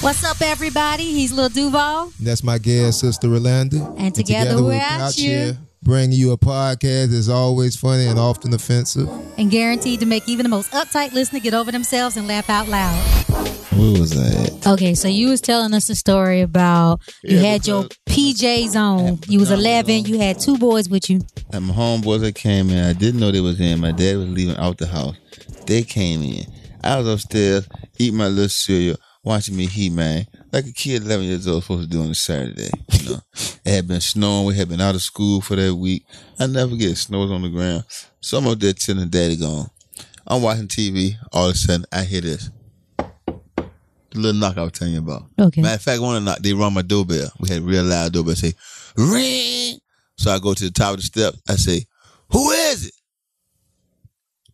What's up, everybody? He's Lil Duval. That's my guest, Sister Rolanda. And together we're at you. bringing you a podcast that's always funny and often offensive. And guaranteed to make even the most uptight listener get over themselves and laugh out loud. What was that? Okay, so you was telling us a story about you Yeah, had your PJs on. You was 11. You had two boys with you. And my homeboys that came in, I didn't know they was in. My dad was leaving out the house. They came in. I was upstairs eating my little cereal, watching me He Man, like a kid eleven years old supposed to do on a Saturday. You know, it had been snowing. We had been out of school for that week. I never get snows on the ground. So I'm up there telling daddy gone. I'm watching TV. All of a sudden, I hear this. The little knock I was telling you about. Okay. Matter of fact, one of the knock, they rung my doorbell. We had a real loud doorbell. Say, ring. So I go to the top of the steps. I say, who is it?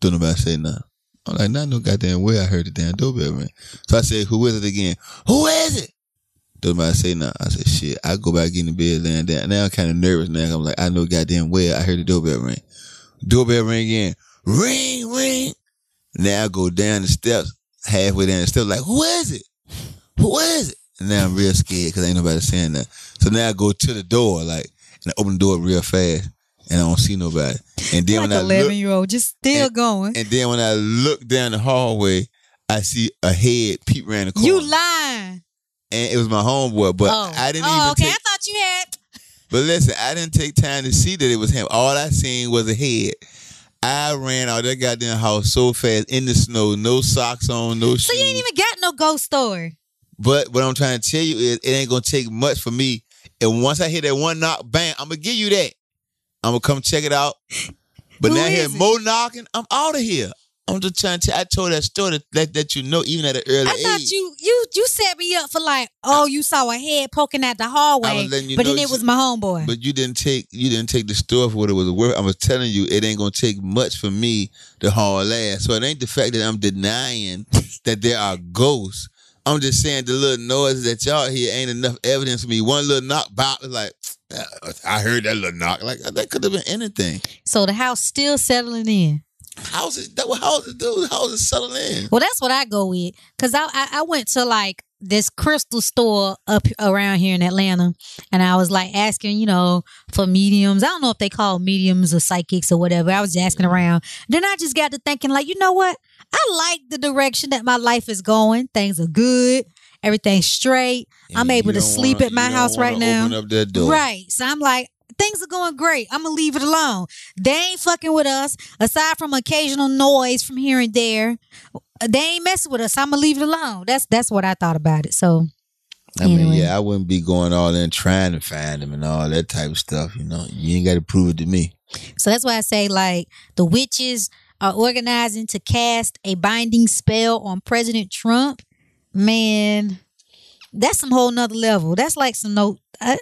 Don't nobody say nothing. I'm like, not no goddamn way I heard the damn doorbell ring. So I say, who is it again? Who is it? Don't nobody say nothing. I said, shit, I go back in the bed, laying down. Now I'm kind of nervous now. I'm like, I know goddamn well I heard the doorbell ring. Doorbell ring again. Ring, ring. Now I go down the steps, halfway down the steps, like, who is it? Who is it? And now I'm real scared because ain't nobody saying that. So now I go to the door, like, and I open the door real fast, and I don't see nobody. And then Like when I look, 11 year old, just still going. and then when I look down the hallway, I see a head peep around the corner. You lying. and it was my homeboy, but oh, I didn't oh, even okay. take. I thought you had. But listen, I didn't take time to see that it was him. All I seen was a head. I ran out of that goddamn house so fast in the snow, no socks on, no So shoes. you ain't even got no ghost story. but what I'm trying to tell you is, it ain't gonna take much for me. And once I hear that one knock, bang, I'm gonna give you that. I'm gonna come check it out. But Who now I hear is it? more knocking, I'm out of here. I'm just trying to. I told that story that, that, that you know, even at an early I age. thought you you you set me up for like, oh, you saw a head poking out the hallway, I was letting you but know then it you- was my homeboy. But you didn't take you didn't take the story for what it was worth. I was telling you it ain't gonna take much for me to haul ass. So it ain't the fact that I'm denying that there are ghosts. I'm just saying the little noises that y'all hear ain't enough evidence for me. One little knock, bop, it's like I heard that little knock. Like that could have been anything. so the house still settling in. Houses that what houses do? Houses settle in. Well, that's what I go with because I, I I went to like this crystal store up around here in Atlanta, and I was like asking, you know, for mediums. I don't know if they call mediums or psychics or whatever. I was just Mm-hmm. asking around. Then I just got to thinking, like, you know what? I like the direction that my life is going. Things are good. Everything's straight. I'm And able you to don't sleep wanna- at my you don't house right wanna now. Open up that door. Right. So I'm like, things are going great. I'm gonna leave it alone. They ain't fucking with us. Aside from occasional noise from here and there, they ain't messing with us. I'm gonna leave it alone. That's that's what I thought about it. So I mean, Anyway. yeah, I wouldn't be going all in trying to find them and all that type of stuff. You know, you ain't got to prove it to me. so that's why I say like the witches are organizing to cast a binding spell on President Trump. Man, that's some whole nother level. That's like some no. I,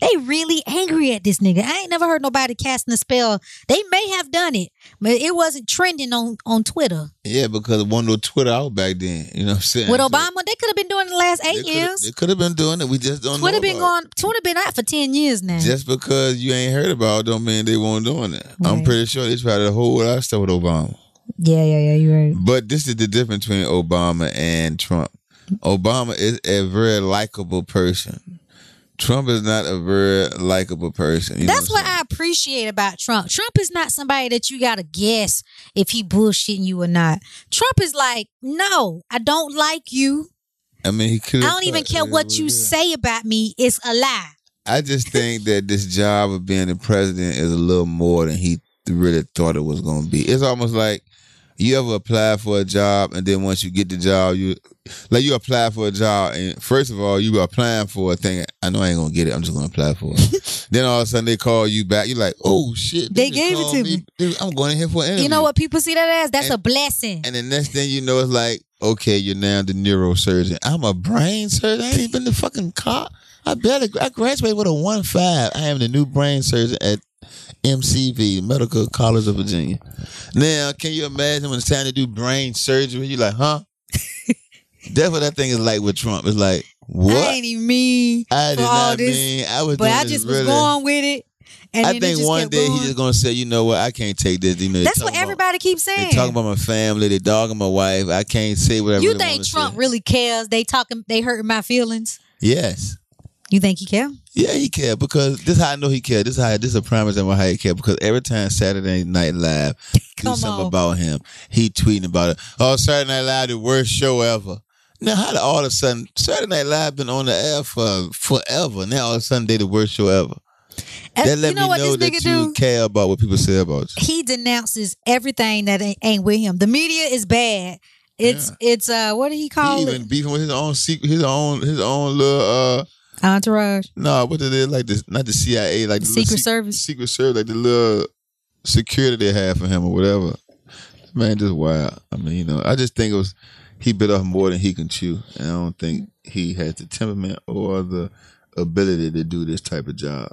they really angry at this nigga. I ain't never heard nobody casting a spell. They may have done it, but it wasn't trending on on Twitter. Yeah, because one no Twitter out back then. You know what I'm saying? With So Obama, they could have been doing it the last they eight coulda- They years. could have been doing it. We just don't Twitter know. been about going. Twitter been out for ten years now. it. Just because you ain't heard about it don't mean they weren't doing it. Right. I'm pretty sure they tried to hold our stuff with Obama. yeah, yeah, yeah. You're right. But this is the difference between Obama and Trump. Obama is a very likable person. Trump is not a very likable person. You know That's what what I'm saying? I appreciate about Trump. Trump is not somebody that you gotta guess if he bullshitting you or not. Trump is like, no, I don't like you. I mean, he could. I don't even care what you say about me. It's a lie. I just think that this job of being the president is a little more than he really thought it was going to be. It's almost like you ever apply for a job and then once you get the job, you like you apply for a job and first of all you were applying for a thing. I know I ain't gonna get it. I'm just gonna apply for it. then all of a sudden they call you back. You're like, oh shit, They just gave it called to Dude, I'm going in here for an interview. You know what people see that as? That's And- a blessing. And the next thing you know, it's like, okay, you're now the neurosurgeon. I'm a brain surgeon. I ain't even the fucking cop. I barely I graduated with a one five. I am the new brain surgeon at MCV, Medical College of Virginia. Now, can you imagine when it's time to do brain surgery? You're like, huh? That's what that thing is like with Trump. It's like, what? I ain't even mean, I did for all not this, mean. I was but doing I this just was really. going with it. And I then it think just one kept day he's going. just gonna say, you know what, I can't take this. You know, they That's talking what about- everybody keeps They saying. talking about my family. They dogging my wife. I can't say whatever. you think Trump really cares? They talking, they hurting my feelings. Yes. You think he care? Uh, Yeah, he care because this is how I know he care. This is how this is a promise and how he care because every time Saturday Night Live do Come something on. about him, he tweeting about it. Oh, Saturday Night Live, the worst show ever. Now, how did all of a sudden Saturday Night Live been on the air for forever? Now all of a sudden they the worst show ever. And that let you know me what this know that nigga you do? care about what people say about you. He denounces everything that ain't- ain't with him. The media is bad. It's it's uh what did he call He it? even beefing with his own secret, his own, his own little uh, Entourage. no, what did it like? The, not the CIA, like the little Secret sec- Service. Secret Service, like the little security they had for him or whatever. Man, just wild. I mean, you know, I just think it was he bit off more than he can chew, and I don't think he has the temperament or the ability to do this type of job.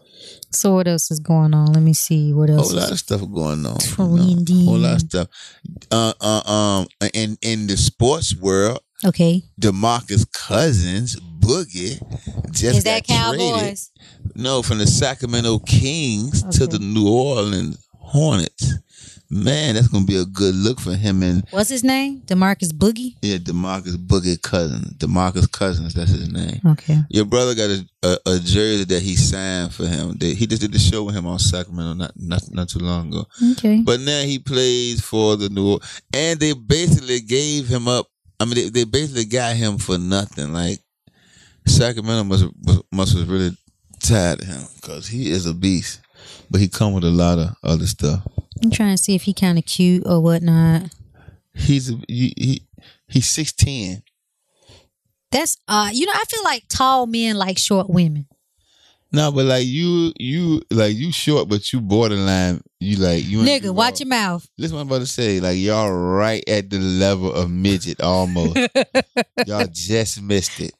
So what else is going on? Let me see what A else. whole is- lot of stuff going on. You Trending. know? Whole lot of stuff. Uh, uh, um, in in the sports world, Okay, Demarcus Cousins, Boogie, just is that got traded. Cowboys? No, from the Sacramento Kings to Okay. the New Orleans Hornets. Man, that's gonna be a good look for him and What's his name? Demarcus Boogie. yeah, Demarcus Boogie Cousins. Demarcus Cousins, that's his name. Okay. Your brother got a, a, a jersey that he signed for him. That he just did the show with him on Sacramento not not, not too long ago. Okay. But now he plays for the New Orleans, and they basically gave him up. I mean, they, they basically got him for nothing. Like Sacramento must was- must was really tired of him because he is a beast, but he come with a lot of other stuff. I'm trying to see if he kind of cute or whatnot. He's a, he, he he's six ten. That's uh, you know, I feel like tall men like short women. No, but like you you like you short, but you borderline. You like you ain't- Nigga, you watch all- your mouth. This is what I'm about to say. Like y'all right at the level of midget almost. y'all just missed it.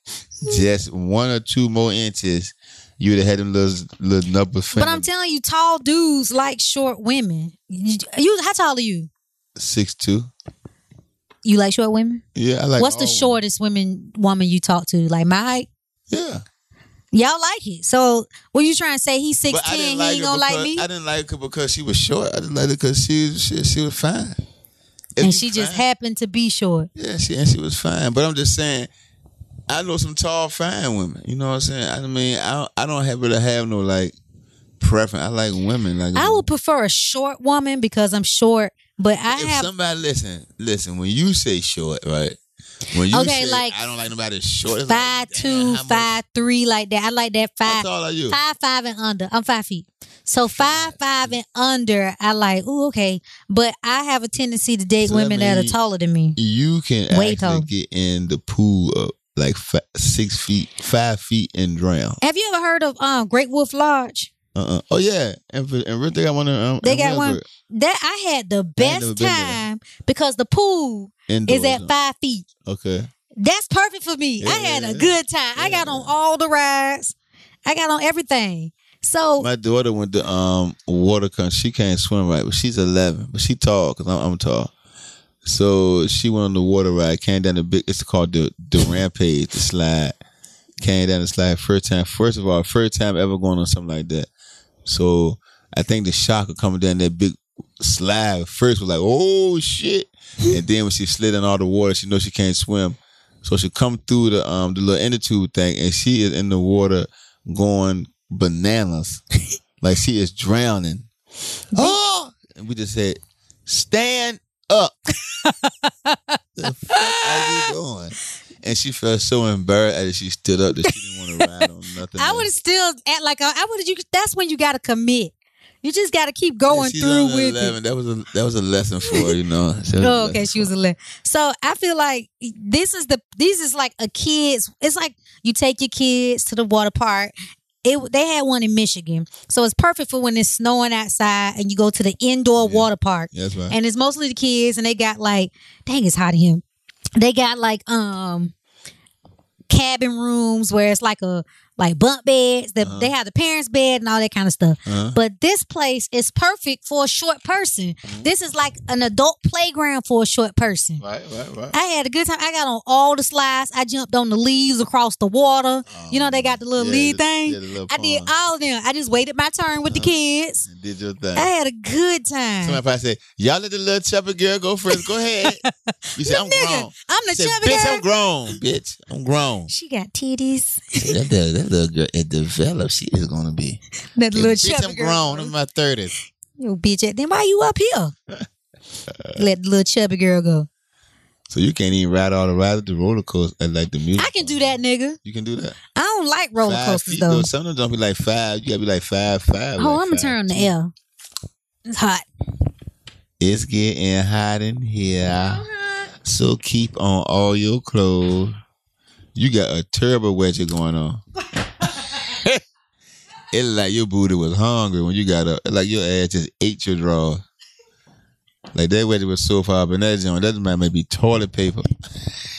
Just one or two more inches, you'd have had them little little number But I'm telling you, tall dudes like short women. You, you- how tall are you? six two. You like short women? Yeah, I like. oh. What's the all shortest women woman you talk to? Like my height? women. Yeah, Y'all like it. So what you trying to say? He's six but I ten. He didn't ain't like her gonna like because- me. I didn't like her because she was short. I didn't like her because she was she, she was fine. If you and she just fine- happened to be short. Yeah, she and she was fine. But I'm just saying, I know some tall, fine women. You know what I'm saying? I mean, I don't, I don't have really have no like preference. I like women. Like I would prefer a short woman because I'm short, but I Mm-hmm. if have somebody listen, listen. When you say short, right? When you Okay, say like I don't like nobody short. it's five like, damn, two, how much- five three, like that. I like that How five tall are you? five five and under. I'm five feet. So five five and under, I like, ooh, okay. But I have a tendency to date So that women that, mean- are taller than me. You can Way actually tall. get in the pool of like fi- six feet, five feet, and drown. Have you ever heard of um Great Wolf Lodge? Uh-uh. Oh yeah, and for, and they got one. in, Um, They in got one Williamsburg. That I had the never best been there. time because the pool Indoors, is at huh? five feet. Okay. That's perfect for me. I had Yeah. a good time. I got on all the rides. I got on everything. So My daughter went to um water country. She can't swim right, but she's eleven, but she tall because I'm, I'm tall. So she went on the water ride, came down the big. It's called the the rampage, the slide. Came down the slide first time. First of all, first time ever going on something like that. So I think the shock of coming down that big slide first was like, oh shit, and then when she slid in all the water, she knows she can't swim. So she come through the um the little inner tube thing, and she is in the water going bananas, like she is drowning. oh! And we just said, stand up. the fuck are you doing? And she felt so embarrassed that she stood up that she didn't want to ride on nothing. I else. would have still act like I, I would have. You that's when you got to commit. You just got to keep And going she's through only with 11. it. That was a that was a lesson for her, you know. That was a Oh, lesson okay, she for was a little. So I feel like this is the this is like a kids. It's like you take your kids to the water park. It they had one in Michigan, so it's perfect for when it's snowing outside and you go to the indoor Yeah. water park. Yeah, That's right. and it's mostly the kids and they got like dang it's hot in here they got like um cabin rooms where it's like a like bunk beds. The, Uh-huh. They have the parents' bed and all that kind of stuff. Uh-huh. But this place is perfect for a short person. Mm-hmm. This is like an adult playground for a short person. Right, right, right. I had a good time. I got on all the slides. I jumped on the leaves across the water. You know, they got the little Oh, Yeah, lead the- thing. yeah, the little I did pond. Uh-huh. all of them. I just waited my turn with the kids. Did your thing. I had a good time. Somebody probably said, "Y'all let the little chubby girl go first. Go ahead." You said, "I'm Nigga, grown." I'm I the said, chubby "Bitch, girl. I'm grown. Bitch, I'm grown." She got titties. that, little, that little girl, it develops. She is gonna be. That little Bitch, chubby I'm girl. grown. I'm in my thirties. You bitch. Then why you up here? Let the little chubby girl go. So you can't even ride all the rides at the roller coaster at like the music. I can do that, nigga. You can do that. I don't like roller Five coasters feet, though. Some of them don't be like five. You gotta be like five, five. Oh, I'm like gonna five. turn on the L. It's hot. It's getting hot in here, so keep on all your clothes. You got a turbo wedgie going on. it look like your booty was hungry when you got up. It Like your ass just ate your draw. Like that wedgie was so far up in that joint. That might be toilet paper.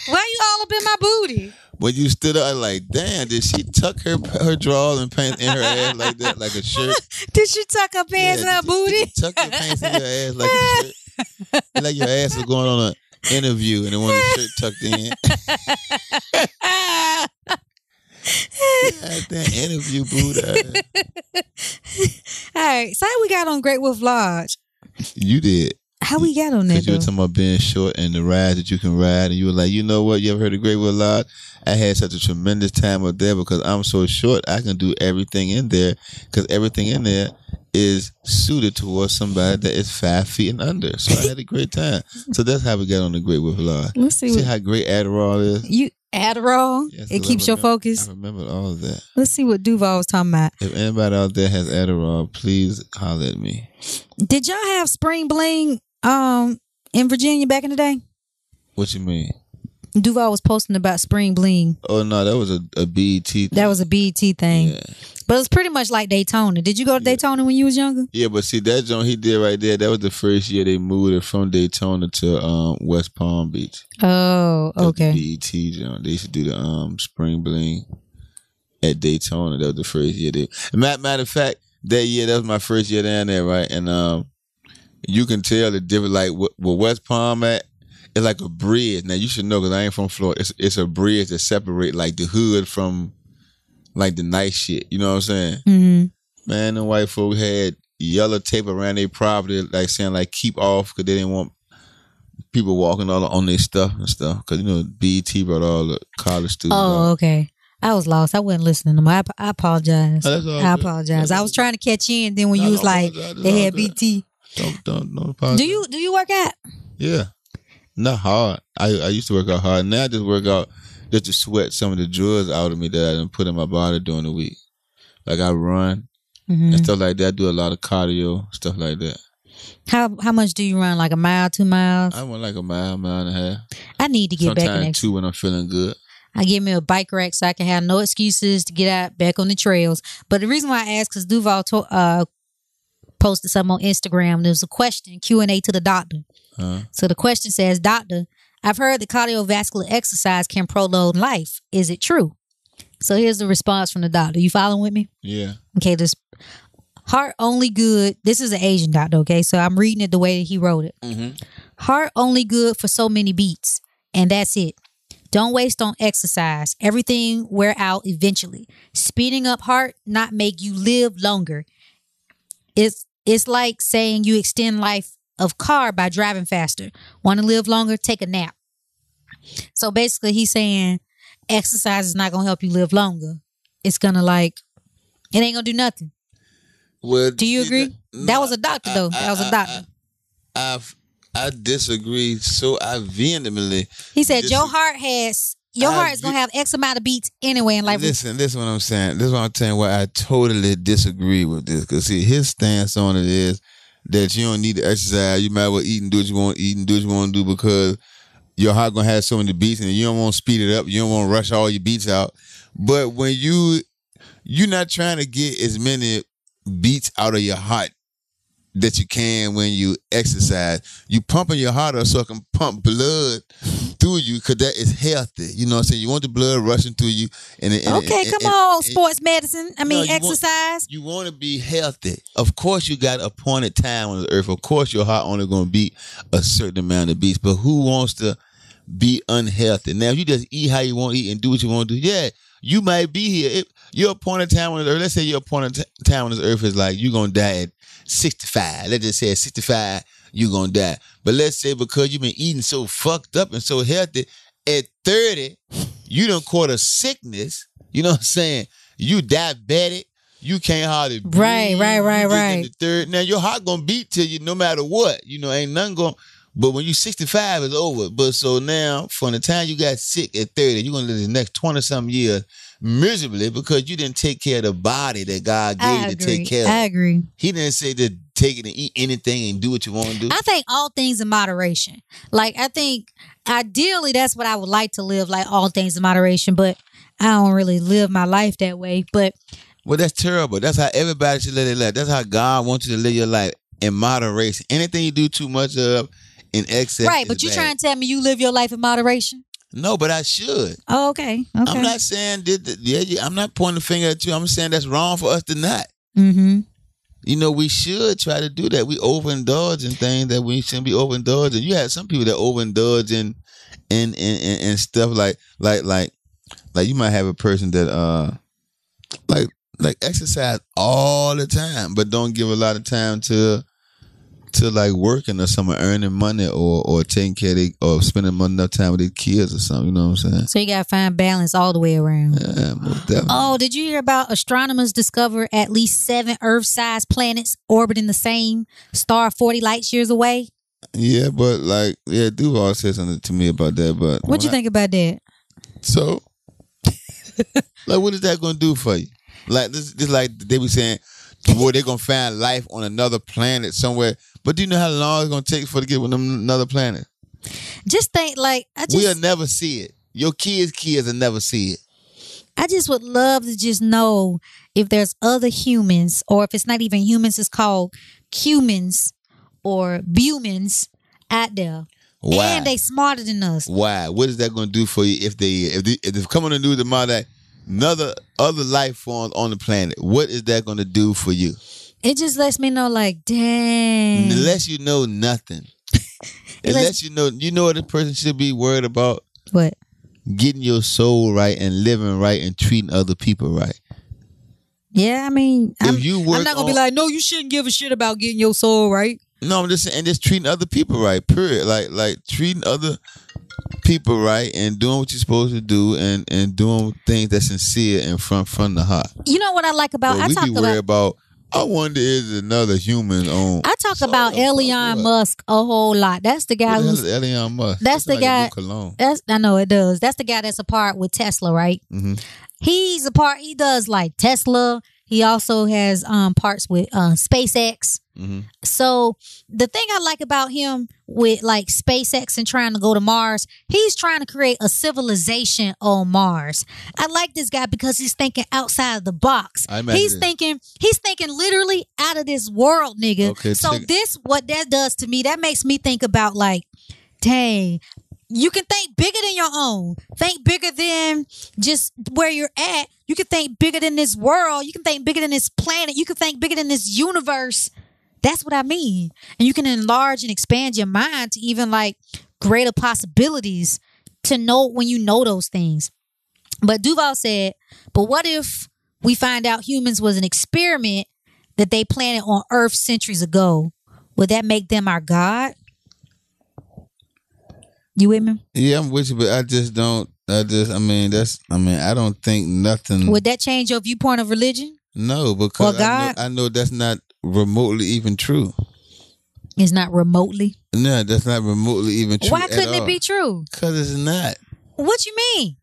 Why you all up in my booty? When you stood up, I like, damn, did she tuck her her drawers and pants in her ass like that, like a shirt? Did she tuck her pants Yeah, in her you- you booty? Tuck your pants in your ass like a shirt. It's like your ass is going on an interview and they want the shirt tucked in. Ah, Goddamn interview Buddha. all right. So how we got on Great Wolf Lodge? You did. How we got on that? Because you were Though? talking about being short and the rides that you can ride. And you were like, you know what? You ever heard of Great Will Lodge? I had such a tremendous time up there because I'm so short. I can do everything in there because everything in there is suited towards somebody that is five feet and under. So I had a great time. So that's how we got on the Great Will Lodge. Let's see. See What, how great Adderall is? you Adderall. Yes, it I keeps your remember. focus. I remember all of that. Let's see what Duval was talking about. If anybody out there has Adderall, please holler at me. Did y'all have spring bling um in Virginia back in the day? What you mean? Duval was posting about spring bling. Oh no, that was a, a BET. Thing. That was a BET thing, yeah. but it was pretty much like Daytona. Did you go to Yeah. Daytona when you was younger? yeah, but see that joint he did right there. That was the first year they moved it from Daytona to um, West Palm Beach. Oh, That was okay. the BET joint. They used to do the um, spring bling at Daytona. That was the first year they. Matter, matter of fact, that year that was my first year down there, right? And um, you can tell the difference. Like wh- where West Palm at, it's like a bridge. Now you should know because I ain't from Florida. It's, it's a bridge that separate like the hood from like the nice shit. You know what I'm saying? hmm Man, the white folk had yellow tape around their property, like saying like keep off because they didn't want people walking all on their stuff and stuff. Because you know, BET brought all the college students. Oh, out. okay. I was lost. I wasn't listening to my. I, I apologize. No, Oh, that's all I good. apologize. That's all I was good. trying to catch in. Then when No, you no, was like, apologize. That's they all had good. BT. Don't don't don't Do apologize. you do you work out? Yeah, not hard. I I used to work out hard. Now I just work out just to sweat some of the drugs out of me that I didn't put in my body during the week. Like I run Mm-hmm. and stuff like that. I do a lot of cardio stuff like that. How how much do you run? Like a mile, two miles? I went like a mile, mile and a half. I need to get back in. Sometimes ex- two when I'm feeling good. I give me a bike rack so I can have no excuses to get out back on the trails. But the reason why I asked because Duval to, uh, posted something on Instagram. There was a question Q and A to the doctor. Huh? So the question says, Doctor, I've heard that cardiovascular exercise can prolong life. Is it true? So here's the response from the doctor. You following with me? Yeah. Okay, this heart only good. This is an Asian doctor, okay? So I'm reading it the way that he wrote it. Mm-hmm. Heart only good for so many beats, and that's it. Don't waste on exercise. Everything wear out eventually. Speeding up heart not make you live longer. It's it's like saying you extend life of car by driving faster. Want to live longer? Take a nap. So basically, he's saying exercise is not gonna help you live longer. It's gonna like it ain't gonna do nothing. Well, Do you see, agree? That was a doctor, I- though. I- That was a I- doctor. I, I've- I disagree so I vehemently. He said This your is- heart has your I heart is gonna have X amount of beats anyway in life. listen, this is what I'm saying. This is what I'm saying. Why I totally disagree with this because see, his stance on it is that you don't need to exercise. You might as well eat and do what you want, to eat and do what you want to do because your heart gonna have so many beats, and you don't want to speed it up. You don't want to rush all your beats out. But when you you're not trying to get as many beats out of your heart that you can when you exercise. You pumping your heart up so it can pump blood through you because that is healthy. You know what I'm saying? You want the blood rushing through you. And, and- and- Okay, and- come and- on, and- sports medicine. I mean, you want- exercise. you want to be healthy. Of course, you got appointed time on the earth. Of course, your heart only going to beat a certain amount of beats. But who wants to be unhealthy? Now, if you just eat how you want to eat and do what you want to do, yeah, you might be here. If your appointed time on the earth, let's say your appointed t- time on this earth is like you're going to die at 65. Let's just say at 65, you're going to die. But let's say because you've been eating so fucked up and so healthy, at 30, you done caught a sickness. You know what I'm saying? You diabetic. You can't hardly breathe. Right, right, right, You this right. and The third. Now your heart gonna beat till you no matter what. You know, ain't nothing going. But when you 65, it's over. But so now, from the time you got sick at 30, you're gonna live the next 20 something years miserably because you didn't take care of the body that God gave I you to agree. take care of. I agree. he didn't say to take it and eat anything and do what you want to do. I think all things in moderation. Like I think ideally that's what I would like to live, like all things in moderation, but I don't really live my life that way. But Well, that's terrible. That's how everybody should live their life. That's how God wants you to live your life in moderation. Anything you do too much of in excess. right, is but you bad. trying to tell me you live your life in moderation? No, but I should. Oh, okay. Okay. I'm not saying that. that- Yeah, yeah, I'm not pointing the finger at you. I'm saying that's wrong for us to not. mm-hmm. You know, we should try to do that. We overindulge in things that we shouldn't be overindulging. You had some people that overindulge in in in, in, in stuff like like like like you might have a person that uh like like exercise all the time, but don't give a lot of time to to like working or something, earning money or or taking care of they, or spending mon- enough time with their kids or something. You know what I'm saying? So you gotta find balance all the way around. Yeah, most definitely. Oh, did you hear about astronomers discover at least seven Earth-sized planets orbiting the same star 40 light years away? Yeah, but like, yeah, Duval said something to me about that. But What you when I- think about that? So, like, what is that going to do for you? Like, this, this, like they be saying, well, they're going to find life on another planet somewhere. But do you know how long it's going to take for to get on them- another planet? Just think, like I just, we'll never see it. Your kids' kids will never see it. I just would love to just know if there's other humans, or if it's not even humans, it's called humans or humans out there, Why? and they smarter than us. Why? What is that going to do for you if they if they, if they come on the news tomorrow that another other life form on the planet? What is that going to do for you? It just lets me know, like, dang, Unless you know nothing. Unless you know, you know what a person should be worried about what? getting your soul right and living right and treating other people right. Yeah, I mean, I'm, if you work I'm not gonna be on- like, no, you shouldn't give a shit about getting your soul right. no, I'm just saying, and just treating other people right. Period. Like like treating other people right and doing what you're supposed to do and and doing things that's sincere and from from the heart. You know what I like about But I we talk be worried about about. I wonder is another human on. I talk So about the fuck Elon what? Musk a whole lot. That's the guy What the hell who's is Elon Musk? that's Looking the like a guy- new cologne. that's I know it does. That's the guy that's a part with Tesla, right? Mhm. He's a part. He does like Tesla. He also has um parts with uh, SpaceX. Mhm. So the thing I like about him with like SpaceX and trying to go to Mars, he's trying to create a civilization on Mars. I like this guy because he's thinking outside of the box. I imagine He's it. thinking he's thinking literally out of this world, nigga. Okay, so check- this what that does to me, that makes me think about like, dang, you can think bigger than your own. Think bigger than just where you're at. You can think bigger than this world. You can think bigger than this planet. You can think bigger than this universe. That's what I mean. And you can enlarge and expand your mind to even like greater possibilities to know when you know those things. But Duval said, but what if we find out humans was an experiment that they planted on Earth centuries ago? Would that make them our God? You with me? Yeah, I'm with you, but I just don't. I just, I mean, that's, I mean, I don't think nothing. Would that change your viewpoint of religion? no, Well, because God- I, know, I know that's not remotely even true. It's not remotely. No, that's not remotely even true. Why couldn't it be true? Because it's not. What you mean?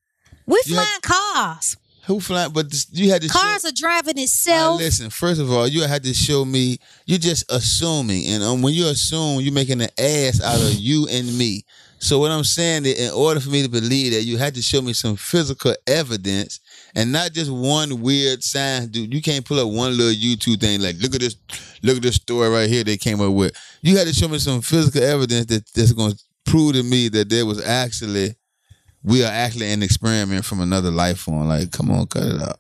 We You flying cars. Who flying? But this, you had to show- Cars are driving Now, itself. listen, first of all, you had to show me. You're just assuming, and um, when you assume, you're making an ass out of you and me. So what I'm saying is, in order for me to believe that, you had to show me some physical evidence, and not just one weird sign, dude. You can't pull up one little YouTube thing like, look at this, look at this story right here they came up with. You had to show me some physical evidence that that's going to prove to me that there was actually, we are actually an experiment from another life form. Like, come on, cut it out.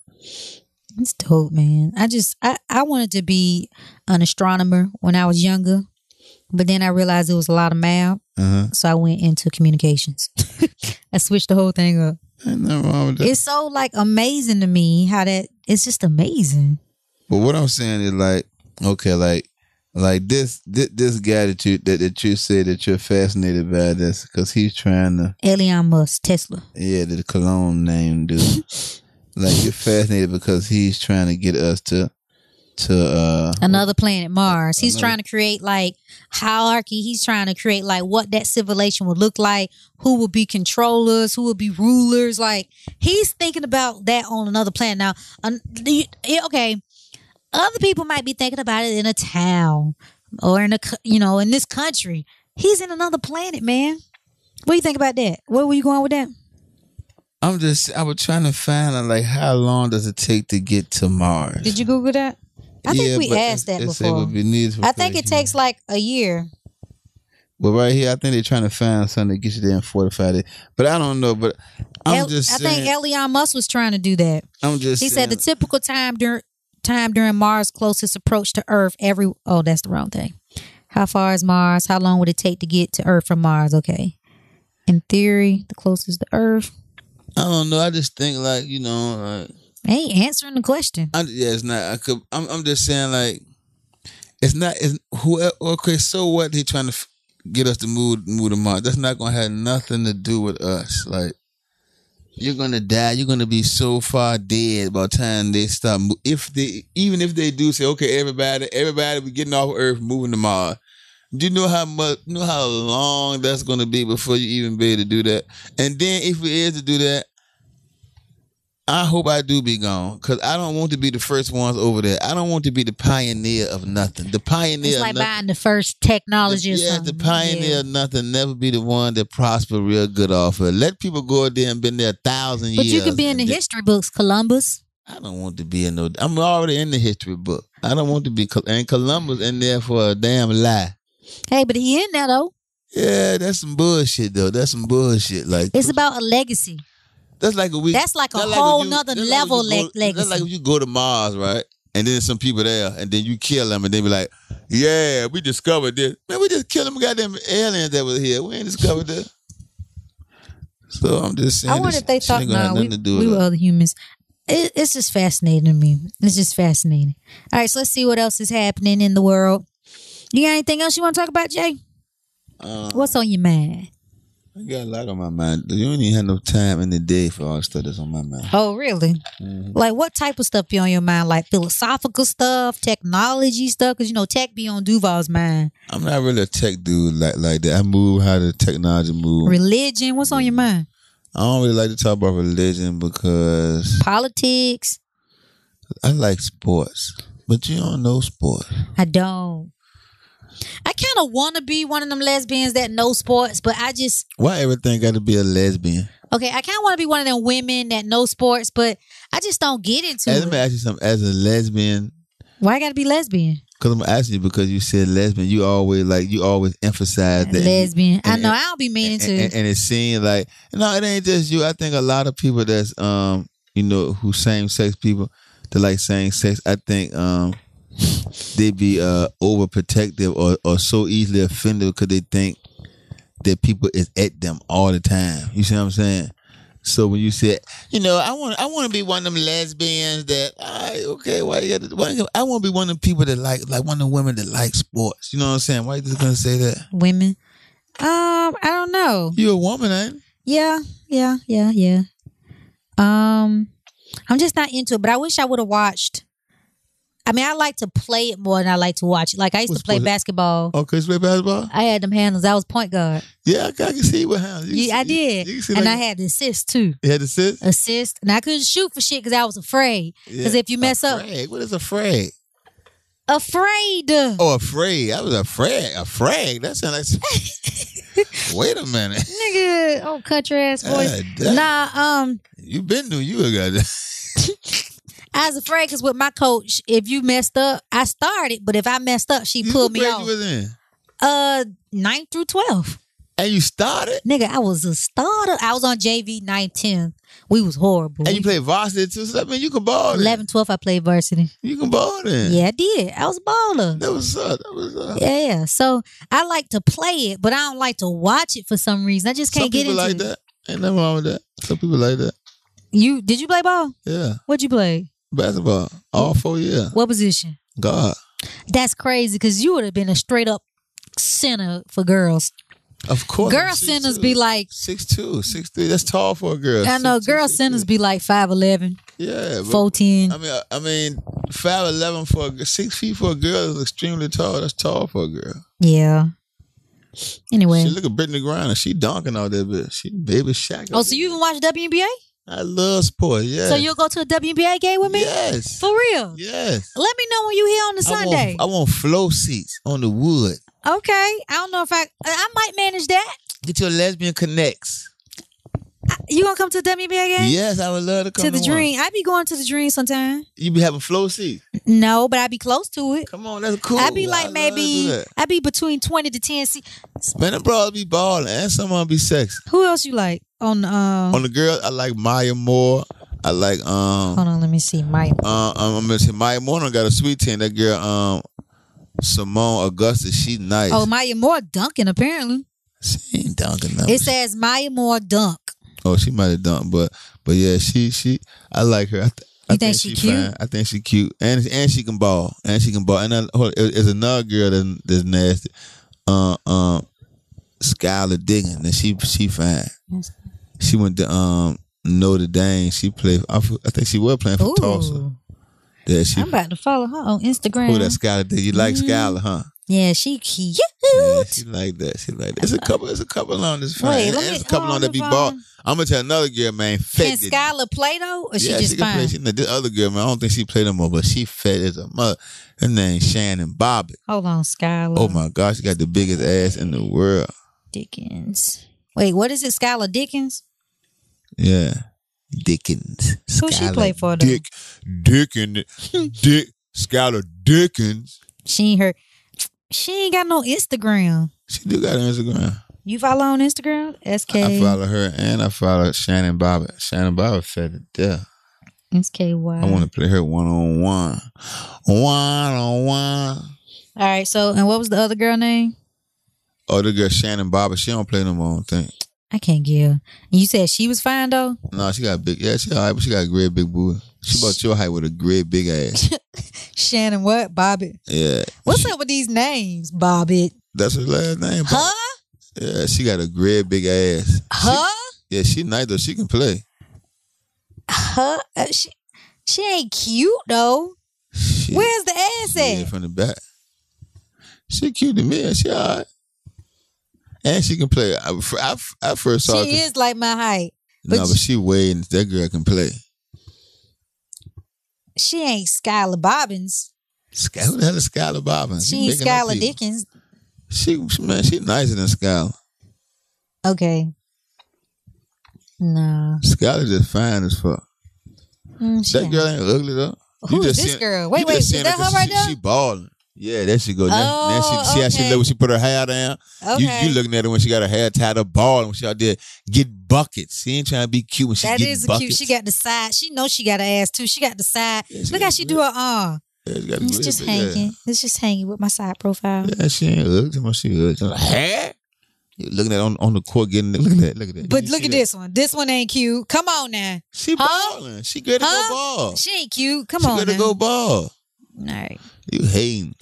It's dope, man. I just I, I wanted to be an astronomer when I was younger, but then I realized it was a lot of math, Uh huh. so I went into communications. I switched the whole thing up. Ain't nothing wrong with that. It's so like amazing to me how that it's just amazing. But what I'm saying is like, okay, like, like this, this, this guy that you that, that you say that you're fascinated by this because he's trying to, Elon Musk, Tesla. yeah, the cologne name dude. like you're fascinated because he's trying to get us to, to uh, Another planet, Mars. He's Another- trying to create like hierarchy. He's trying to create like what that civilization would look like, who would be controllers, who would be rulers. Like he's thinking about that on another planet. Now, un- the- yeah, okay, other people might be thinking about it in a town or in a, co- you know, in this country. He's in another planet, man. What do you think about that? Where were you going with that? I'm just, I was trying to find out like how long does it take to get to Mars? Did you Google that? I think Yeah, we but asked it's- that it's- before. It would be needed for I think it human- takes like a year. But right here, I think they're trying to find something that gets you there in 45 days. But I don't know. But I'm El- just I saying. think Elon Musk was trying to do that. I'm just. He saying, said the typical time during time during Mars closest approach to Earth every oh that's the wrong thing. How far is Mars? How long would it take to get to Earth from Mars? Okay. In theory, the closest to Earth. I don't know. I just think like you know, like, They ain't answering the question. I, yeah, it's not. I could. I'm, I'm just saying like, it's not. It's who? Okay, so what? They trying to f- get us to move move to Mars. That's not gonna have nothing to do with us. Like, you're gonna die. You're gonna be so far dead by the time they stop. mo- If they, even if they do say, okay, everybody, everybody, we getting off Earth, moving to Mars. Do you know how much? Know how long that's gonna be before you even be able to do that? And then if we is to do that, I hope I do be gone because I don't want to be the first ones over there. I don't want to be the pioneer of nothing. The pioneer it's like of nothing. buying the first technology or yeah, the something. pioneer Yeah. of nothing. Never be the one that prosper real good off it. Let people go out there and been there a thousand But years. you can be in the and- history books, Columbus. I don't want to be in no. I'm already in the history book. I don't want to be. Col- And Columbus in there for a damn lie. Hey, but he in there though. Yeah, that's some bullshit though. That's some bullshit. Like It's about a legacy. that's like a week. That's like a That's whole if you- nother that's level if you go- le- legacy. That's like if you go to Mars, right? And then some people there, and then you kill them, and they be like, "Yeah, we discovered this. Man, we just killed them goddamn aliens that was here. We ain't discovered this." So I'm just saying, I wonder this if they shit thought ain't gonna have nah, we, nothing to do we with were us. other humans. It, it's just fascinating to me. It's just fascinating. All right, so let's see what else is happening in the world. You got anything else you want to talk about, Jay? Uh, What's on your mind? I got a lot on my mind. You don't even have no time in the day for all the stuff that's on my mind. Oh, really? Mm-hmm. Like, what type of stuff be on your mind? Like philosophical stuff, technology stuff? Because you know, tech be on Duval's mind. I'm not really a tech dude like like that. I move how the technology move. Religion. What's on your Mm-hmm. mind? I don't really like to talk about religion because Politics. I like sports, but you don't know sports. I don't. I kind of want to be one of them lesbians that know sports, but I just Why everything got to be a lesbian? Okay, I kind of want to be one of them women that know sports, but I just don't get into As, let me it. ask you something. As a lesbian, Why I gotta be lesbian? because I'm asking you because you said lesbian, you always like you always emphasize that. lesbian. I and- know I don't be meaning And, to. and, and it seemed like no, it ain't just you. I think a lot of people that's um you know who same sex people that like same sex. I think um they be uh overprotective or or so easily offended because they think that people is at them all the time. You see what I'm saying? So when you said, you know, I want I want to be one of them lesbians that I okay, why you got why you- I want to be one of them people that like like one of the women that like sports. You know what I'm saying? Why you just gonna say that? women. Um, I don't know. You a woman, ain't? you? Yeah, yeah, yeah, yeah. Um, I'm just not into it, but I wish I would have watched. I mean, I like to play it more than I like to watch it. Like I used What to play sport? basketball. Okay, you play basketball? I had them handles. I was point guard. Yeah, I, I can see what happened. You can Yeah, I see- did, you can see and like- I had the assist too. You had to sit. Assist, and I couldn't shoot for shit because I was afraid. Because if you mess up, Afraid. What is afraid? afraid. Oh, afraid. I was afraid. Afraid. That sounds like. Wait a minute. Nigga, oh country ass voice. God damn. Nah, um, You been doing you a goddamn. I was afraid because with my coach, if you messed up, I started, but if I messed up, she You- pulled what me grade off. You was in. Uh, ninth through twelve. And you started. Nigga, I was a starter. I was on JV 9, 10. We was horrible. And you played varsity too. So that mean you can ball. Then. 11, 12, I played varsity. You can ball then. Yeah, I did. I was a baller. That was up. That was uh, up. Yeah, so I like to play it, but I don't like to watch it for some reason. I just can't Some get people into like it. that. Ain't nothing wrong with that. Some people like that. You did you play ball? Yeah. What'd you play? Basketball. All four years. What position? God. That's crazy because you would have been a straight up center for girls. Of course. girl centers be like, six two, six three. That's tall for a girl. I know, 6'2",, girl 6'3". centers be like 5'11, Yeah. but- 4'10. I mean, I- I mean, five eleven for a, g- six feet for a girl is extremely tall. That's tall for a girl. Yeah. Anyway. She look at Brittany Griner. She donking all that bitch. She baby Shaq. Oh, so you even watch WNBA? I love sport. Yeah. So you'll go to a WNBA game with me? Yes. For real? Yes. Let me know when you here on the Sunday. I want, I want flow seats on the wood. okay. I don't know if I I might manage that. Get your lesbian connects. You gonna come to the WNBA game? Yes, I would love to come To the one. dream. I be going to the dream sometime. You be having flow seats. No, but I be close to it. Come on, that's cool. I be I like love to do maybe that. I be between twenty to ten. See, man, them broads be balling and someone be sexy. who else you like on? Uh, On the girl, I like Maya Moore. I like um hold on, let me see. Mike. Uh, I'm I'm gonna say Maya Morton got a sweet ten. That girl, um, Simone Augustus, she nice. Oh, Maya Moore dunking. Apparently, she ain't dunking it nothing. says Maya Moore dunk. Oh, she might have dunked, but but yeah, she she I like her. I, th- I You think she cute? Fine. I think she cute, and and she can ball, and she can ball. And I, hold, it- it's another girl that, that's nasty. Uh, um, Skylar Diggins, and she she fine. She went to um Notre Dame. She played. I, f- I think she was playing for Tulsa. Ooh, Yeah, she. I'm about to follow her on Instagram. Who that Skylar? Did you like Skylar, huh? yeah, she cute. Yeah, she like that. She like that. It's a couple. It's a couple on Wait, this fine. let There's me- a couple hold on on that be the bought. phone. I'm gonna tell another girl, man. Can Fat. did- Skylar play though, or she yeah, just she can fine? play. She, this other girl, man. I don't think she played no more, but she fat as a mother. Her name Shannon Bobbitt. Hold on, Skylar. Oh my gosh, she got the biggest ass in the world. Dickens. Wait, what is it? Skylar Dickens? Yeah, Dickens. Who she Skylar play for, though? Dick, Dickens, Dick Skylar Dickens. She ain't her. She ain't got no Instagram. She do got an Instagram. You follow on Instagram? SK. I follow her and I follow Shannon Bobbitt. Shannon Bobbitt fat to death. SKY. I want to play her one on one, one on one. All right. So, and what was the other girl name? Oh, the girl Shannon Barber, she don't play no more. I don't think. I can't give. And you said she was fine though. No, she got big. Yeah, she all right, but she got a great big booty. She about your height with a great big ass. Shannon what? Bobby. Yeah, What's up with these names, Bobby? that's her last name. Bob. Huh? Yeah, she got a great big ass. Huh? Yeah, she nice though. She can play. Huh? Uh, She, she ain't cute though. She, Where's the ass yeah, at? from the back. She cute to me. She all right. And she can play. I, I, I first saw her. She is like my height. no, but but she way. That girl can play. She ain't Skylar Bobbins. Sky, who the hell is Skylar Bobbins? She You ain't making up Skylar people. Dickens. She she- man, she nicer than Skylar. Okay. Nah. Skylar just fine as fuck. Mm, she That ain't. girl ain't ugly though. Who is this seen- girl? you Wait, just wait, seen is that her 'cause right she, there? She balling. Yeah, there she go. now, now she Oh, see how she okay. look when she put her hair down. Okay. You you looking at her when she got her hair tied up, balling when she out there get buckets. She ain't trying to be cute when she That get is buckets. cute. She got the side. She knows she got her ass too. She got the side. Yeah, she Look got how she do her arm. yeah, she got a It's good just big ass. hanging. It's just hanging with my side profile. Yeah, she ain't ugly. Too much. She ugly. Like, hair. You looking at on on the court getting look at that look at that. But You look see at that? this one. This one ain't cute. Come on now. She Huh? balling. She good to Huh? go ball. She ain't cute. Come Oh. she on. good to Now. go ball. All right. You hating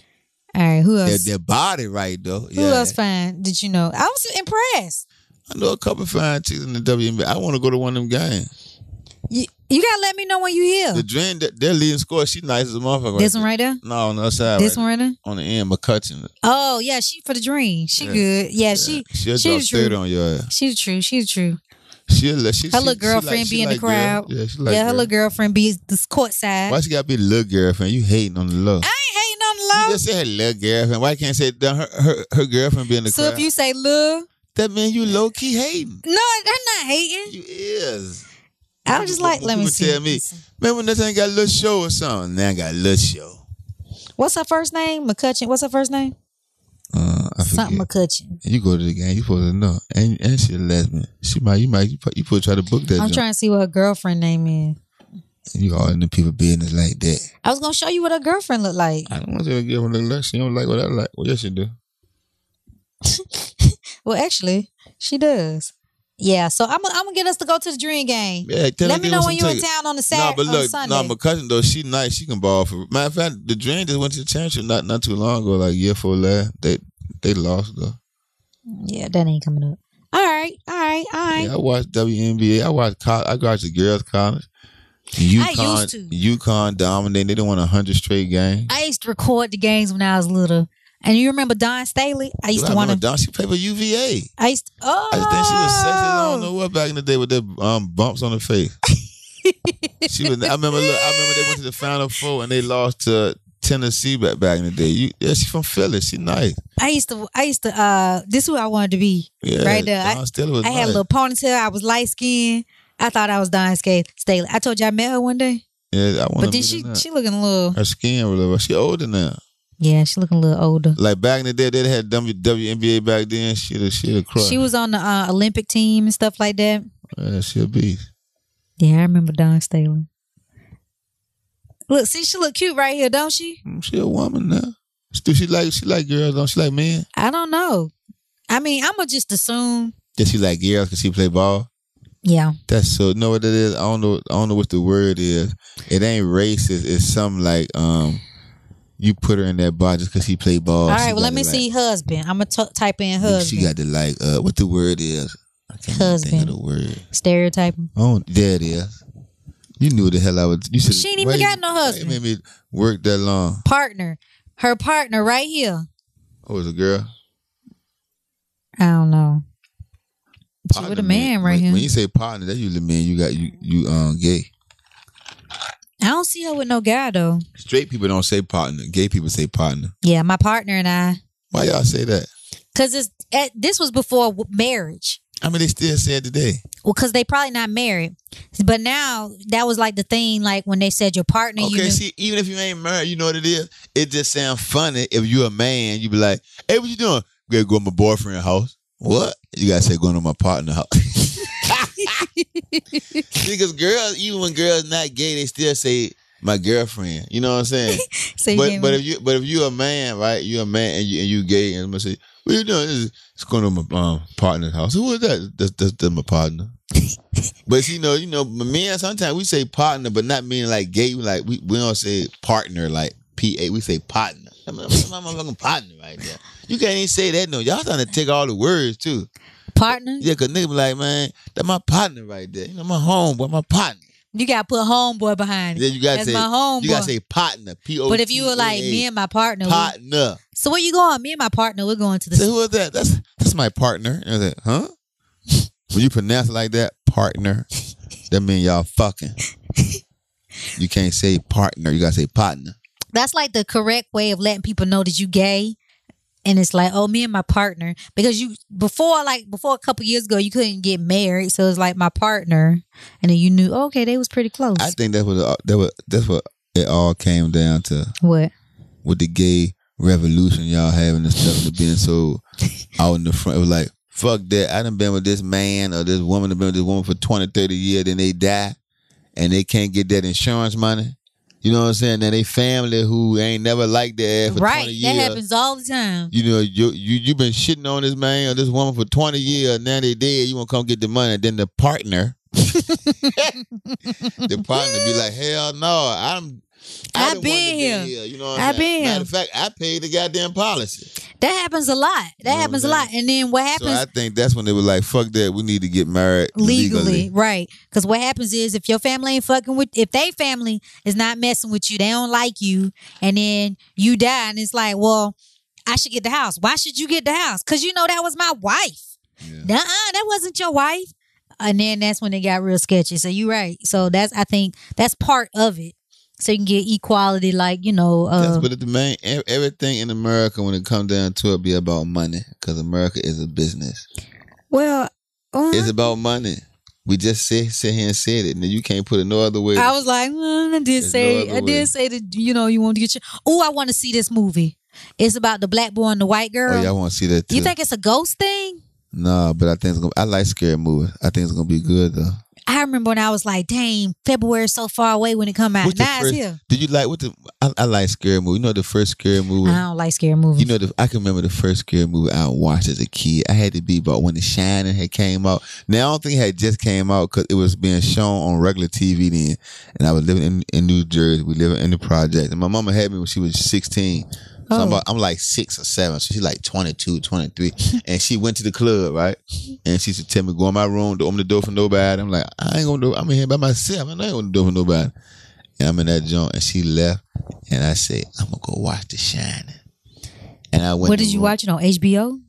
All right. Who their, else? their body right though. Who yeah. else fine? Did you know? I was impressed. I know a couple fine chicks in the WNBA. I want to go to one of them games. You, you gotta let me know when you here. The dream that their leading scorer, she nice as a motherfucker. this one right there. there. No, on the other side. This right one right there. there. on the end, McCutcheon. Oh yeah, she for the dream. She Yeah. good. Yeah, she she'll she drop the thirty truth. on your ass. she's true. She's true. She'll let she, Her she- little she girlfriend like, she be in the like girl. crowd. Yeah, she like yeah, her girl. little girlfriend be this court side. Why she gotta be little girlfriend? You hating on the love. I ain't hating on the You love. just said her little girlfriend. Why can't you say that her her, her girlfriend be in the So crowd? if you say love, That mean you low key hating. No, I'm not hating. You is. I was just like, let me People see. tell me. Man, when that thing got a little show or something, now I got a little show. What's her first name? McCutcheon. What's her first name? Uh, I Something forget. McCutcheon. You go to the game, you supposed to know. And and she a lesbian. She might, you might, you pro- you supposed to try to book that. I'm joint. trying to see what her girlfriend name is. You all in the people business like that. I was gonna show you what her girlfriend looked like. I don't want you to give her a look. She don't like what I like. Well, yes, she do. Well, actually, she does. Yeah, so I'm gonna I'm gonna get us to go to the dream game. Yeah, tell her Let me give her know some when you in tickets. town on the No, Saturday, but on look, Sunday. nah, my cousin though she nice. She can ball for. Matter of fact, the Dream just went to the championship not not too long ago, like a year for last. They they lost though. yeah, that ain't coming up. All right, all right, all right. Yeah, I watched WNBA. I watched college, I watched the girls college. UConn, I used to. UConn dominated. They done won hundred straight games. I used to record the games when I was little, and you remember Don Staley? I used Dude, to I want to. remember Don. She played for UVA. I used oh! to, oh. I just think she was sexy. I don't know what back in the day with the um, bumps on her face. she was. I remember. Look, I remember they went to the Final Four and they lost to Tennessee back back in the day. You, yeah, she from Philly. She nice. I used to. I used to. Uh, this is who I wanted to be. Yeah, Right there. I- Don Stiller was I had a nice. little ponytail. I was light skinned. I thought I was Don Sca- Staley. I told you I met her one day, Yeah, I want but then she she looking a little. her skin was little. She older now. Yeah, she looking a little older. Like back in the day, they had W WNBA back then. She the she the crush. She was on the uh, Olympic team and stuff like that. yeah, she a beast. Yeah, I remember Don Staley. Look, see, she look cute right here, don't she? Mm, She a woman now. Do she like she like girls? Don't she like men? I don't know. I mean, I'ma just assume. Does she like girls because she play ball? Yeah, That's so know what it is. I don't know. I don't know what the word is. It ain't racist. It's something like um, you put her in that box just because she play ball. All Oh, she right, well, got let to me like- see husband. I'm going to type in She husband. got to like uh, what the word is. I can't even think Husband. of the word. Stereotyping. Oh, there it is. You knew the hell I was. You should. She ain't even got no husband. It made me work that long. Partner. Her partner right here. Oh, it's a girl. I don't know. She Partner with a mean- man right when, here. When you say partner, that usually mean you got you you um gay. I don't see her with no guy, though. Straight people don't say partner. Gay people say partner. Yeah, my partner and I. Why y'all say that? Because it's at, this was before w- marriage. I mean, they still say it today. Well, because they probably not married. But now, that was like the thing, like when they said your partner, you Okay, knew. see, even if you ain't married, you know what it is. It just sounds funny if you a man. You be like, "Hey, what you doing? Gotta go to my boyfriend's house." What? You gotta say going to my partner house. because girls, even when girls not gay, they still say my girlfriend. You know what I'm saying? So you but gave but me- if you but if you a man, right? You a man and you and you gay, and I'm gonna say, "What you doing?" It's, it's going to my um, partner's house. Who is that? That's, that's, that's my partner. But you know, you know, men sometimes we say partner, but not meaning like gay. We Like we, we don't say partner like P A. We say partner. I'm, I'm, I'm my motherfucking partner right there. You can't even say that no. Y'all trying to take all the words too. partner, Yeah, cause nigga be like, man, that my partner right there. You know, my homeboy, my partner. you got to put homeboy behind it. Then you gotta That's say my homeboy. you gotta say partner. P O. E but if you were like me and my partner, we- partner. so where you going? Me and my partner, we're going to the Say who is that? That's that's my partner. And I said, huh? When you pronounce it like that, partner, that mean y'all fucking. You can't say partner. You gotta say partner. that's like the correct way of letting people know that you gay and it's like oh me and my partner because you before like before a couple years ago you couldn't get married so it's like my partner and then you knew oh, okay they was pretty close I think that's what it all- that what that's what it all came down to what with the gay revolution y'all having and stuff and being so out in the front. It was like fuck that. I done been with this man or this woman. I've been with this woman for 20, 30 years. Then they die, and they can't get that insurance money. You know what I'm saying? Now they family who ain't never liked their ass for right that 20 years. happens all the time you know, you you you been shitting on this man or this woman for twenty years. Now they dead. You want to come get the money? Then the partner, the partner be like, hell no, I'm. I done wanted to been here. You know, what I I'm saying? been Matter of fact, I paid the goddamn policy. that happens a lot that You know happens a what I'm lot and then what so happens I think that's when they were like, fuck that. We need to get married legally, legally. right because what happens is if your family ain't fucking with if they family is not messing with you they don't like you and then you die and it's like well i should get the house why should you get the house because you know that was my wife Yeah. Nuh-uh, that wasn't your wife and then that's when it got real sketchy so you right so that's i think that's part of it so you can get equality like you know uh, That's what the main ev- everything in America when it comes down to it be about money because America is a business. Well, uh, It's about money. We just sit, sit here and said it, and you can't put it no other way. I was like, mm, I did There's say, no other I way. did say that you know you want to get your. Oh, I want to see this movie. It's about the black boy and the white girl. oh, y'all want to see that too? you think it's a ghost thing? Nah, but I think it's gonna. I like scary movies. I think it's gonna be good though. I remember when I was like, dang, February's so far away when it come out. What's the Now it's first- here. Did you like what the? I, I like scary movie. You know the first scary movie. I don't like scary movies. You know, the, I can remember the first scary movie I watched as a kid. I had to be about when The Shining had came out. Now I don't think it had just came out because it was being shown on regular TV then. And I was living in, in New Jersey. We living in the project, and my mama had me when she was sixteen. So I'm, Oh. about, I'm like six or seven. So she's like 22, 23. and she went to the club, right? And she said, tell me, go in my room, don't open the door for nobody. I'm like, I ain't going to do I'm in here by myself. I ain't going to do it for nobody. And I'm in that joint. And she left. And I said, I'm going to go watch The Shining. And I what went. to did the you room. watch it on HBO?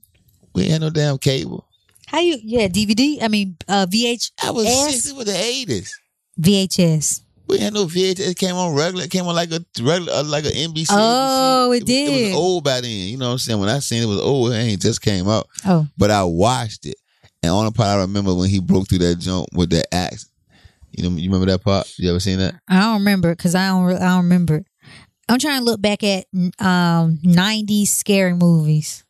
We had no damn cable. How you? Yeah, DVD. I mean, uh, VH, I was Yes. six. It was the 80s. VHS. We had no VHS. It came on regular. It came on like a regular, uh, like a NBC. Oh, ABC. it It did. was old by then. You know what I'm saying? When I seen it, it was old. It ain't just came out. Oh, But I watched it. And on the part I remember when he broke through that jump with that axe. You know, you remember that part? You ever seen that? I don't remember it because I don't. re- I don't remember. it. I'm trying to look back at um, '90s scary movies.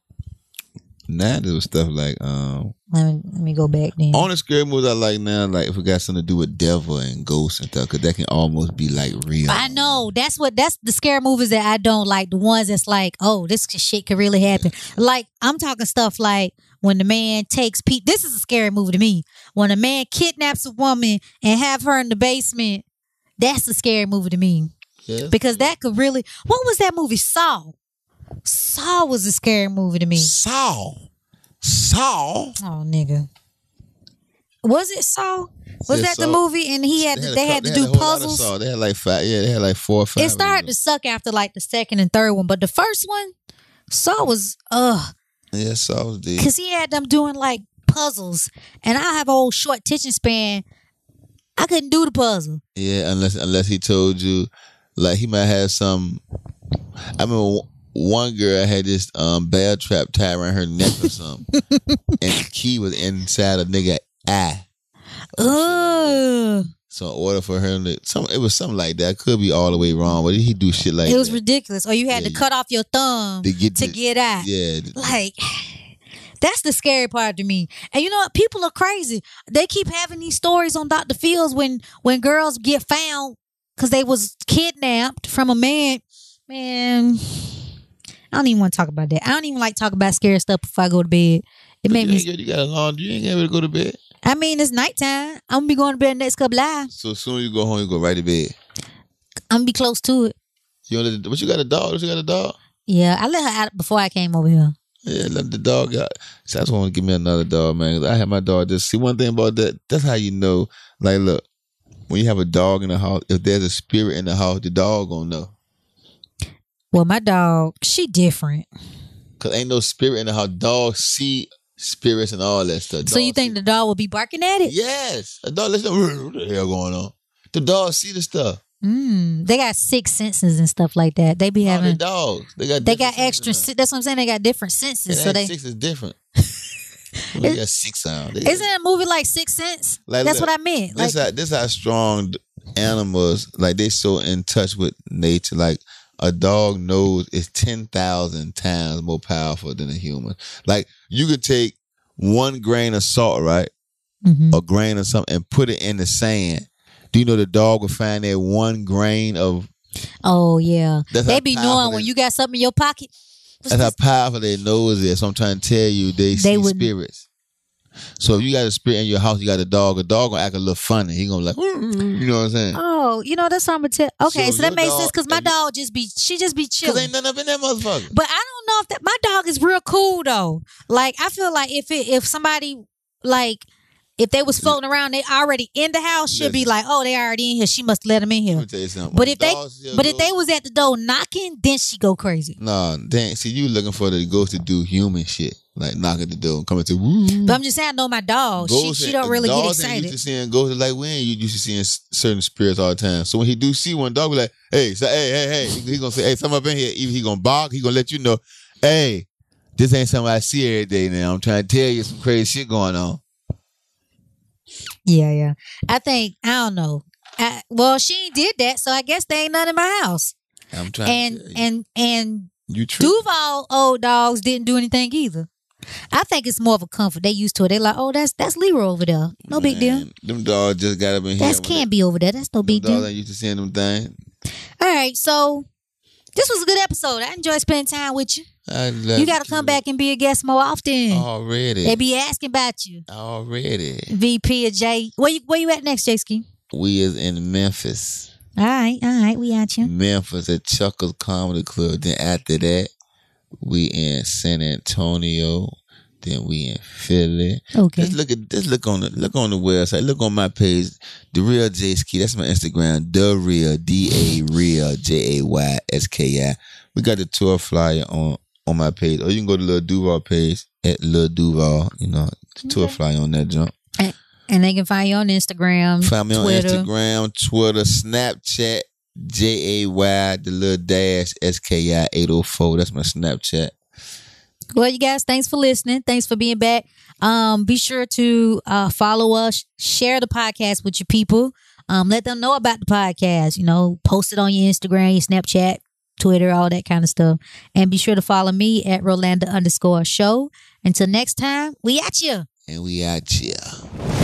Now there was stuff like um Let me let me go back then. on the scary movies I like now, like if it got something to do with devil and ghosts and stuff, because that can almost be like real. I know that's what that's the scary movies that I don't like. The ones that's like, oh, this shit could really happen. Like I'm talking stuff like when the man takes Pete. This is a scary movie to me. When a man kidnaps a woman and have her in the basement, that's a scary movie to me Yes. because that could really. What was that movie? Saw. Saw was a scary movie to me. Saw. Saw. Oh nigga. Was it Saw? Was Yeah, that the Saw. movie? And he had they had, a they cou- had to they do a whole lot of puzzles. Saw. They had like five. Yeah, they had like four or five. It started to suck after like the second and third one, but the first one, Saw was ugh, Yeah, Saw was dead. because he had them doing like puzzles, and I have a whole short attention span. I couldn't do the puzzle. Yeah, unless unless he told you, like he might have some. I remember w- one girl had this um bear trap tied around her neck or something, and the key was inside a nigga eye. Ugh, So in order for her, to, some it was something like that. Could be all the way wrong, but he do shit like it was that ridiculous. Or you had Yeah, to you- cut off your thumb to get to the- get out. Yeah, Like that's the scary part to me. And you know what? People are crazy. They keep having these stories on Dr. Fields when when girls get found because they was kidnapped from a man. Man, I don't even want to talk about that. I don't even like talking about scary stuff before I go to bed. It you, made ain't me. got- you got a long. You ain't able to go to bed. I mean, it's nighttime. I'm gonna be going to bed next couple hours. So as soon as you go home, you go right to bed. I'm gonna be close to it. You know, but you got a dog. Don't You got a dog. Yeah, I let her out before I came over here. Yeah, let the dog out. See, I just want to give me another dog, man. 'cause I had my dog. Just see one thing about that. That's how you know. Like, look, when you have a dog in the house, if there's a spirit in the house, the dog gonna know. Well, my dog, she different. Cause ain't no spirit in the house. Dogs see spirits and all that stuff. so you Dogs think the dog will be barking at see- it? yes, a dog. Let's know what the hell going on. The dogs see the stuff. Mm, they got six senses and stuff like that. They be All the having dogs. They got they different got extra. senses. se- That's what I'm saying. They got different senses. And so that they six is different. they got six sound. They- isn't it a movie like Six Sense? Like, That's look, what I meant. Like this how this how strong animals like they so in touch with nature. Like a dog knows is ten thousand times more powerful than a human. Like you could take one grain of salt, right, Mhm. a grain or something, and put it in the sand. Do you know the dog will find that one grain of? oh yeah, That's they how be powerful knowing when they- you got something in your pocket. What's That's how this? powerful their nose is. So I'm trying to tell you, they, see wouldn't- spirits. So if you got a spirit in your house, you got a dog. A dog gonna act a little funny. He gonna like, you know what I'm saying? Oh, you know that's what I'm gonna tell. Okay, So so, that your makes dog- sense because my if you- dog just be she just be Cause chilling. ain't nothing up in that motherfucker. But I don't know if that my dog is real cool though. Like I feel like if it if somebody like if they was floating around, they already in the house. She'd be Listen. like, oh, they already in here. She must let them in Let here. me tell you something. But When if they- dogs see a But if they ghost- was at the door knocking, then she go crazy. nah, dang, see you looking for the ghost to do human shit, like knock at the door and come into woo. But I'm just saying, I know my dog. Oh, She, she don't really get Ain't used excited. to seeing ghosts like we ain't used to seeing s- certain spirits all the time. So when he do see one, dog be like, hey, so, hey, hey, hey, he, he gonna say, hey, something up in here. Either he gonna bark, he gonna let you know, hey, This ain't something I see every day now. I'm trying to tell you some crazy shit going on. Yeah, yeah. I think I don't know. I, well, she ain't did that, so I guess there ain't none in my house. I'm trying And to tell you. and and you true. Duval old dogs didn't do anything either. I think it's more of a comfort. They used to it. They like, oh, that's that's Leroy over there. No big deal. Them dogs just got up in here. That's Canby over there. That's no Them big deal. dogs ain't used to seeing them things. All right, so this was a good episode. I enjoyed spending time with you. I love you got to come back and be a guest more often. Oh, already. They be asking about you. Already, VP or J. Where you where you at next, J Ski? we is in Memphis. All right, all right, we at you. Memphis at Chuckles Comedy Club. Then after that, we in San Antonio. Then we in Philly. Okay. Just look at just look on the look on the website. Look on my page, the real J Ski. That's my Instagram. The real D A real J A Y S K I. We got the tour flyer on on my page, or you can go to Lil Duval page at Lil Duval. You know, the tour Okay. flyer on that jump. And they can find you on Instagram. Find me on Twitter. Instagram, Twitter, Snapchat, J A Y, the little dash, S K I 804. That's my Snapchat. Well, you guys, thanks for listening. Thanks for being back. Um, be sure to uh, follow us, share the podcast with your people. Um, let them know about the podcast. You know, post it on your Instagram, your Snapchat, Twitter, all that kind of stuff. And be sure to follow me at Rolanda underscore show. Until next time, we at you. And we out here.